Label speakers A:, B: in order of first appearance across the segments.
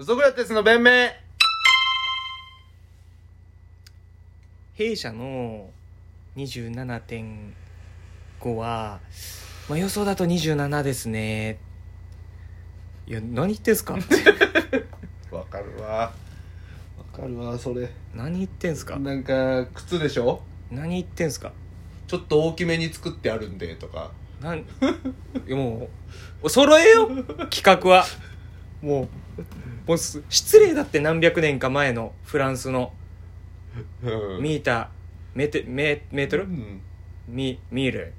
A: ソクラテスの弁明
B: 弊社の27.5は、まあ、予想だと27ですねいや何言って んすか
A: わかるわわかるわそれ
B: 何言ってんすか
A: なんか靴でしょ
B: 何言ってんすか
A: ちょっと大きめに作ってあるんでとか
B: なんいやもう揃えよ企画はもうもうす失礼だって何百年か前のフランスの
A: うん
B: ミーターメテメメートル
A: うん
B: ミミル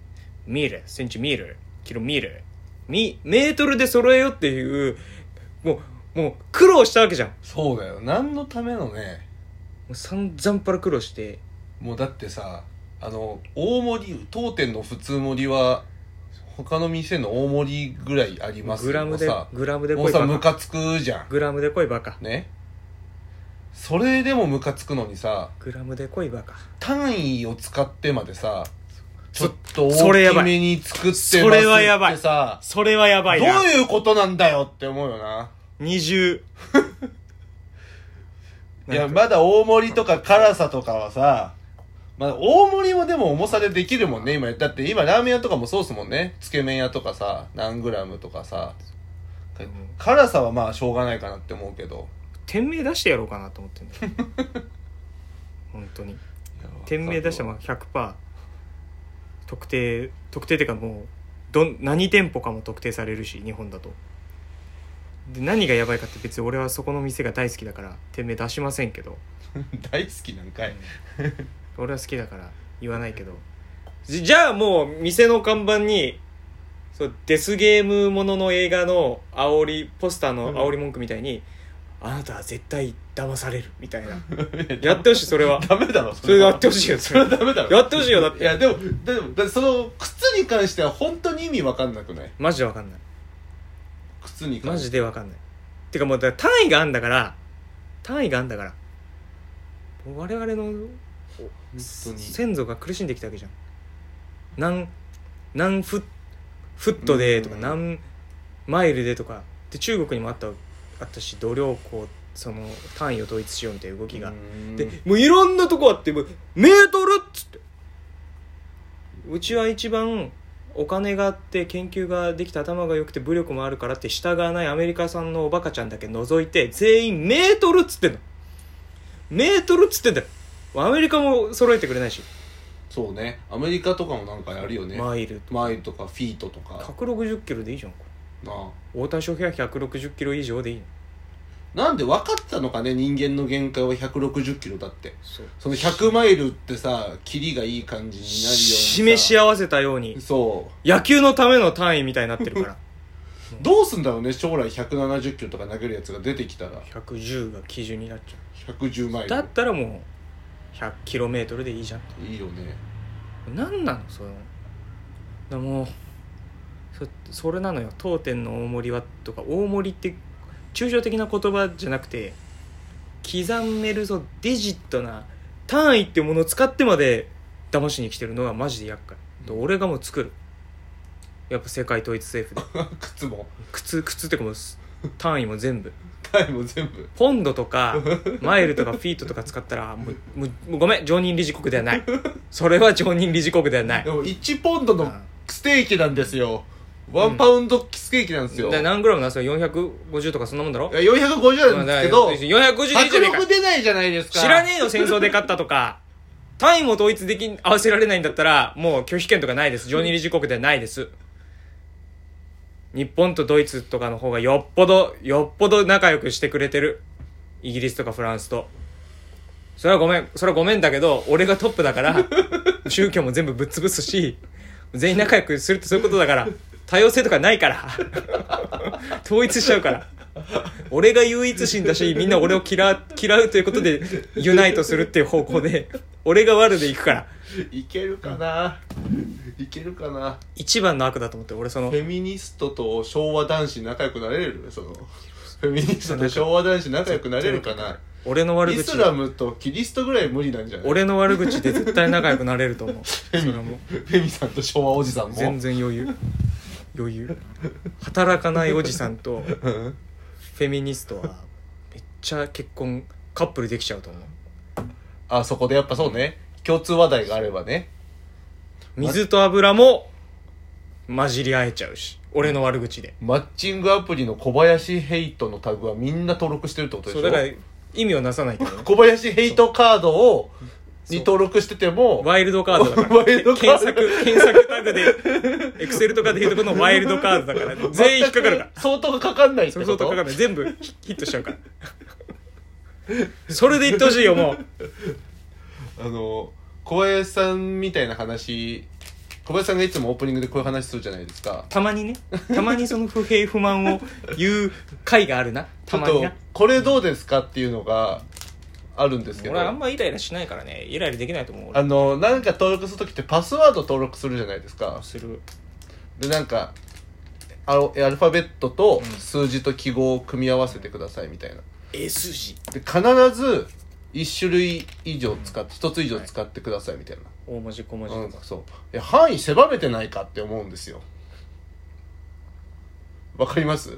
B: ミルセンチミルキロミルミメートルで揃えようっていうもうもう苦労したわけじゃんも
A: そうだよ何のためのね
B: う散々パラ苦労して
A: もうだってさあの大盛り当店の普通盛りは他の店の大盛りぐらいあります
B: グラムで
A: もうさ
B: グラムで
A: もう
B: 来い
A: さ
B: バ
A: ム
B: カ
A: カつくじゃ
B: グラムで来いバカ
A: んねそれでもムカつくのにさ
B: グラムで来いバカ
A: 単位を使ってまでさち
B: そ
A: ょっと
B: それ
A: 大
B: やば
A: きめ
B: い
A: に作ってます
B: それはやばい
A: ってさ
B: それはや
A: ど
B: ば
A: う
B: いな
A: いうことなんだよって思うよな
B: 20
A: いや
B: なんか
A: まだ大盛りとか辛さとかはさまあ大盛りもでも重さでできるもんね今だって今ラーメン屋とかもそうっすもんねつけ麺屋とかさ何グラムとかさ
B: うん
A: 辛さはまあしょうがないかなって思うけど
B: 店名出してやろうかなと思ってんだ よ本当に店名出したらまあ100%特定特定っていうかもうどん何店舗かも特定されるし日本だとで何がやばいかって別に俺はそこの店が大好きだから店名出しませんけど、
A: 大好きなんかい
B: 俺は好きだから言わないけどじじゃあもう店の看板にそうデスゲームものの映画の煽りポスターの煽り文句みたいに、あなたは絶対騙されるみたいな やってほしいそれは
A: ダメだろ
B: それ
A: は
B: やってほしいよ
A: そ
B: そ
A: れ
B: れ
A: はダメだろ
B: やってほしいよだって
A: いやでもでもだってその靴に関しては本当に意味わかんなくない
B: マジでわかんない
A: 靴に関
B: マ
A: し
B: ジ
A: て
B: でわかんないてかもうだから単位があんだから単位があんだからもう我々の
A: 本当に
B: 先祖が苦しんできたわけじゃん何何フッフットでとか
A: うん
B: 何マイルでとかで中国にもあったあったし度量こうその単位を統一しようみたいな動きがでもういろんなとこあってもうメートルっつってうちは一番お金があって研究ができて頭が良くて武力もあるからって従わないアメリカ産のおバカちゃんだけ除いて全員メートルっつってんのメートルっつってんだよアメリカも揃えてくれないし、
A: そうねアメリカとかもなんかやるよね
B: マイルと
A: マイルとかフィートとか
B: 160キロでいいじゃんこ
A: なあ
B: れ大谷翔平は160キロ以上でいいの
A: なんで分かってたのかね人間の限界は160キロだって
B: そう
A: その100マイルってさキリがいい感じになるようにさ
B: 示し合わせたように
A: そう
B: 野球のための単位みたいになってるから
A: どうすんだろうね将来170キロとか投げるやつが出てきたら
B: 110が基準になっちゃう
A: 110マイ
B: だっ
A: ル
B: たらもう 100km でいいじゃん
A: いいよね
B: 何なのそのだもうそそれなのよ当店の大盛りはとか大盛りって抽象的な言葉じゃなくて刻めるぞディジットな単位ってものを使ってまで騙しに来てるのがマジで厄介で俺がもう作るやっぱ世界統一政 府で
A: 靴も
B: 靴靴ってかもうす単位も全部
A: タイも全部
B: ポンドと かマイルとかフィートとか使ったらもうもうもうごめん常任理事国ではないそれは常任理事国ではない
A: でも1ポンド
B: う
A: の
B: ん
A: ステーキなんですよ1パウンドステーキなんですよ、
B: で何グラムなそれ450とかそんなもんだろ
A: いや450なんですけど
B: 450でいいじ
A: 迫
B: ゃねえ
A: 力
B: か
A: 出ないじゃないですか
B: 知らねえよ戦争で勝ったとか単位も統一できん合わせられないんだったらもう拒否権とかないです常任理事国ではないです日本とドイツとかの方がよっぽどよっぽど仲良くしてくれてるイギリスとかフランスとそれはごめんそれはごめんだけど俺がトップだから 宗教も全部ぶっ潰すし全員仲良くするってそういうことだから多様性とかないから統一しちゃうから俺が唯一心だしみんな俺を嫌う嫌うということでユナイトするっていう方向で俺が悪でいくから
A: いけるかないけるかな
B: 一番の悪だと思って俺その
A: フェミニストと昭和男子仲良くなれるそのフェミニストと昭和男子仲良くなれるかな
B: 俺の悪
A: イ
B: 口
A: スラムとキリストぐらい無理なんじゃない
B: 俺の悪口で絶対仲良くなれると思う
A: フェミ
B: それも
A: フェミさんと昭和おじさんも
B: 全然余裕余裕働かないおじさんとフェミニストはちゃ結婚カップルできちゃうと思う
A: あそこでやっぱそうね共通話題があればね
B: 水と油も混じり合えちゃうし俺の悪口で
A: マッチングアプリの小林ヘイトのタグはみんな登録してるってことでし
B: そ
A: ょ
B: うだから意味をなさないけどね
A: 小林ヘイトカードを
B: そ
A: に
B: う
A: 登録してても
B: ワイルドカードだから
A: ワイルドカード
B: 検索検索タグでエクセルとかでいうとこのワイルドカードだから全員引っかかるから
A: 全く相当がかかんないって
B: そ
A: こと
B: れ相当かかんない全部ヒットしちゃうからそれで言ってほしいよもう
A: あの小林さんみたいな話小林さんがいつもオープニングでこういう話するじゃないですか
B: たまにねたまにその不平不満を言う回があるな
A: ち
B: た
A: ょっ
B: まに
A: と
B: な
A: これどうですかっていうのがあるんですけど
B: 俺あんまイライラしないからねイライラできないと思う俺
A: あのなんか登録するときってパスワード登録するじゃないですか
B: する
A: でなんかアルアルファベットと数字と記号を組み合わせてくださいみたいな
B: S 字
A: で必ず1種類以上使って1つ以上使ってくださいみたいな、
B: 大文字小文字
A: うん
B: とか、
A: そういや範囲狭めてないかって思うんですよわかります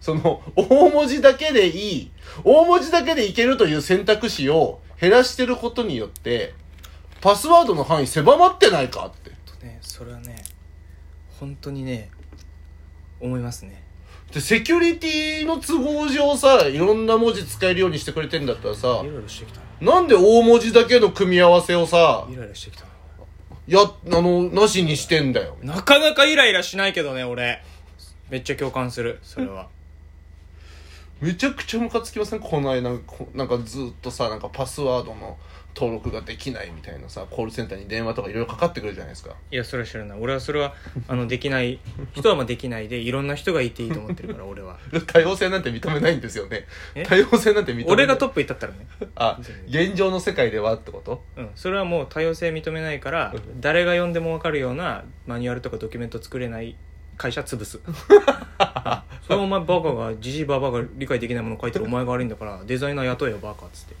A: その大文字だけでいい大文字だけでいけるという選択肢を減らしてることによってパスワードの範囲狭まってないかって
B: とねそれはね本当にね思いますね
A: でセキュリティの都合上さいろんな文字使えるようにしてくれてんだったらさ
B: イライラしてきたな
A: なんで大文字だけの組み合わせをさ
B: イライラしてきたな
A: やあのなしにしてんだよ
B: なかなかイライラしないけどね俺めっちゃ共感するそれは
A: めちゃくちゃムカつきませんこの間こなんかずっとさなんかパスワードの登録ができないみたいなさコールセンターに電話とかいろいろかかってくるじゃないですか
B: いやそれは知らない俺はそれはあのできない人はまあできないでいろんな人がい ていいと思ってるから俺は
A: 多様性なんて認めないんですよね
B: え
A: 多様性なんて認めない
B: 俺がトップに立ったらね
A: あ現状の世界ではってこと
B: うんそれはもう多様性認めないから
A: うん
B: 誰が読んでも分かるようなマニュアルとかドキュメント作れない会社 潰すうんそれお前バカがジジイババアが理解できないもの書いてるお前が悪いんだからデザイナー雇えよバカっつって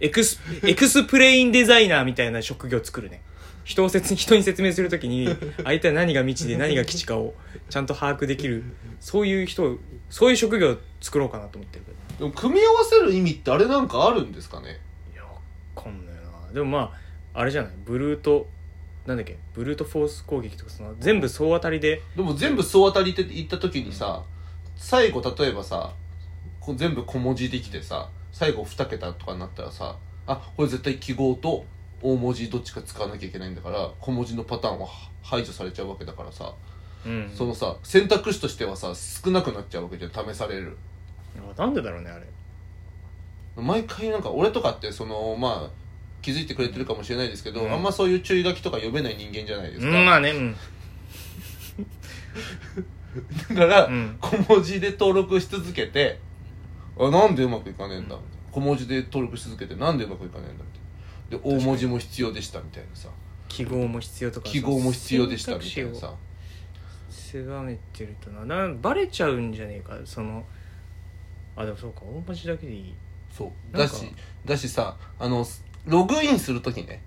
B: エ クスエクスプレインデザイナーみたいな職業作るね人を説人に説明するときに相手は何が未知で何が基地かをちゃんと把握できるそういう人をそういう職業を作ろうかなと思ってるけど
A: でも組み合わせる意味ってあれなんかあるんですかね
B: いやわかんないなでもまああれじゃないブルートなんだっけブルートフォース攻撃とかその全部総当たりで
A: でも全部総当たりって言った時にさ最後例えばさこう全部小文字できてさ最後2桁とかになったらさあこれ絶対記号と大文字どっちか使わなきゃいけないんだから小文字のパターンは排除されちゃうわけだからさ
B: うん
A: そのさ選択肢としてはさ少なくなっちゃうわけじゃん試される
B: あなんでだろうねあれ
A: 毎回なんか俺とかってそのまあ気づいてくれてるかもしれないですけど、
B: うん
A: あんまそういう注意書きとか読めない人間じゃないです
B: う
A: か、
B: んまあねうん
A: だから、
B: うん
A: 小文字で登録し続けてあなんでうまくいかねえんだ、小文字で登録し続けてなんでうまくいかねえんだってで大文字も必要でしたみたいなさ
B: 記号も必要とか
A: 記号も必要でしたみたいな
B: 選択
A: さ
B: 肢を狭めてるとななバレちゃうんじゃねえかそのあでもそうか大文字だけでいい
A: そう
B: な
A: だ
B: んか
A: しだしさあのログインする時ね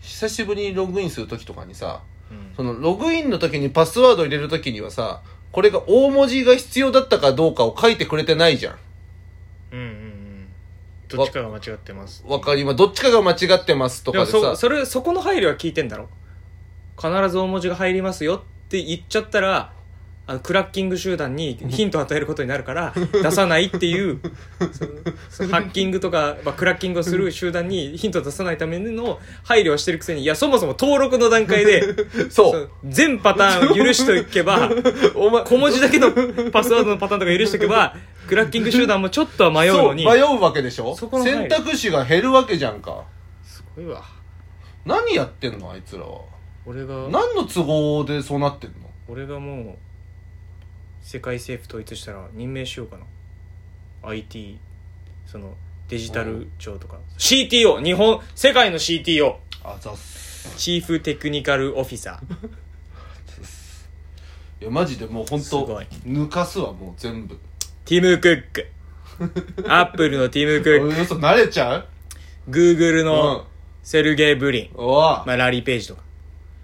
A: 久しぶりにログインする時とかにさ
B: うん
A: そのログインの時にパスワード入れる時にはさこれが大文字が必要だったかどうかを書いてくれてないじゃん
B: うんうんうんどっちかが間違ってます
A: わかりまどっちかが間違ってますと
B: で
A: か
B: も
A: でさ
B: そそれそこの配慮は聞いてんだろ必ず大文字が入りますよって言っちゃったらあのクラッキング集団にヒントを与えることになるから 出さないっていうそそハッキングとか、まあ、クラッキングをする集団にヒントを出さないための配慮をしてるくせにいやそもそも登録の段階で
A: そう
B: そう全パターンを許しておけば
A: お前
B: 小文字だけのパスワードのパターンとか許しておけばクラッキング集団もちょっとは迷うのに
A: そう迷うわけでしょ
B: そこの
A: 選択肢が減るわけじゃんか
B: すごいわ
A: 何やってんのあいつらは
B: 俺が
A: 何の都合でそうなってんの
B: 俺がもう世界政府統一したら任命しようかな IT そのデジタル庁とか CTO 日本世界の CTO
A: あざっす
B: チーフテクニカルオフィサ ー
A: いやマジでもう本
B: す
A: 当
B: ごい
A: 抜かすわもう全部
B: ティム・クックアップルのティム・ク
A: お
B: ック
A: よそ慣れちゃう
B: グーグル
A: うん
B: のセルゲイ・ブリン、
A: おわ、
B: まあ、ラリー・ページとか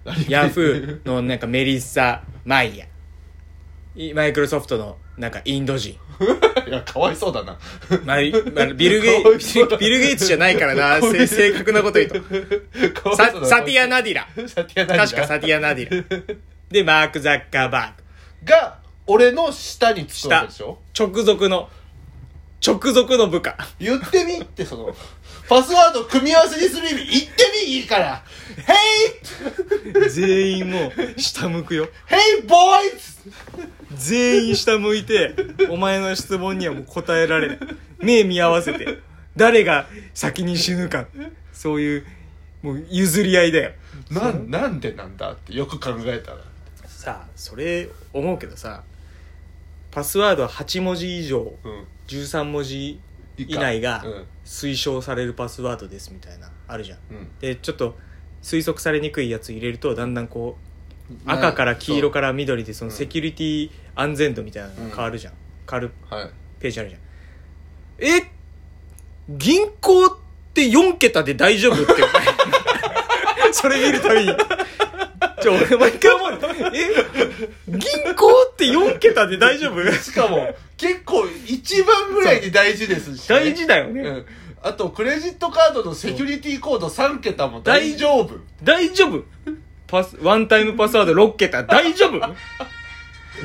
A: ラリーページ
B: ヤフーのなんかメリッサ・マイヤいマイクロソフトのなんかインド人
A: いやかわいそうだな
B: まあ、まあビル ゲイ
A: かわいそうだ
B: ビル・ゲイツじゃないから な、せ正確なこと言うと。
A: かわいそ
B: サ
A: うだな
B: サティア・ナディラ。
A: サティアナ
B: 確かサティア・ナディラ。で、マーク・ザッカーバーグ。
A: が俺の下につくわけでしょ
B: 直属の、直属の部下。
A: 言ってみってそのパスワード組み合わせにする意味言ってみいいから「Hey!
B: 全員もう、下向くよ。
A: Hey boys!
B: 全員下向いて、お前の質問にはもう答えられない。目見合わせて、誰が先に死ぬか。そういう、もう譲り合いだよ。
A: なん」なんでなんだってよく考えたら
B: さあ、それ思うけどさ、パスワードは8文字以上。
A: うん
B: 13文字以内が推奨されるパスワードですみたいなあるじゃん
A: うんうん
B: でちょっと推測されにくいやつ入れるとだんだんこう赤から黄色から緑でその
A: うん
B: セキュリティ安全度みたいなのが変わるじゃん変わる
A: らはい
B: ページあるじゃんえ銀行って4桁で大丈夫ってお 前それ見るたびにちょ俺毎回思うのえ銀行って4桁で大 丈夫
A: しかも結構一番ぐらいに大事ですしね、
B: 大事だよね、
A: うんあとクレジットカードのセキュリティコード3桁も大丈夫
B: 大丈夫パス、ワンタイムパスワード6桁、大丈夫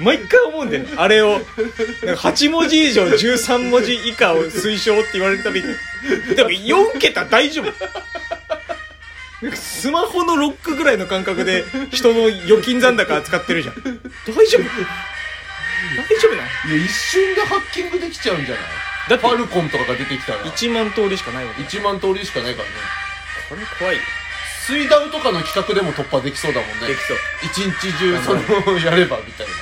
B: 毎回思うんだよね。あれを。なんか8文字以上13文字以下を推奨って言われるたびに。でも4桁大丈夫なんかスマホのロックぐらいの感覚で人の預金残高扱ってるじゃん。大丈夫大丈夫ない
A: や一瞬でハッキングできちゃうんじゃない
B: だっ
A: ファ
B: て
A: ルコンとかが出てきたら
B: 1万通りしかないわけ。
A: 1万通りしかないからね
B: これ怖いよ。
A: 水ダウとかの企画でも突破できそうだもん
B: で
A: ね
B: きそう。
A: 一日中その やればみたいな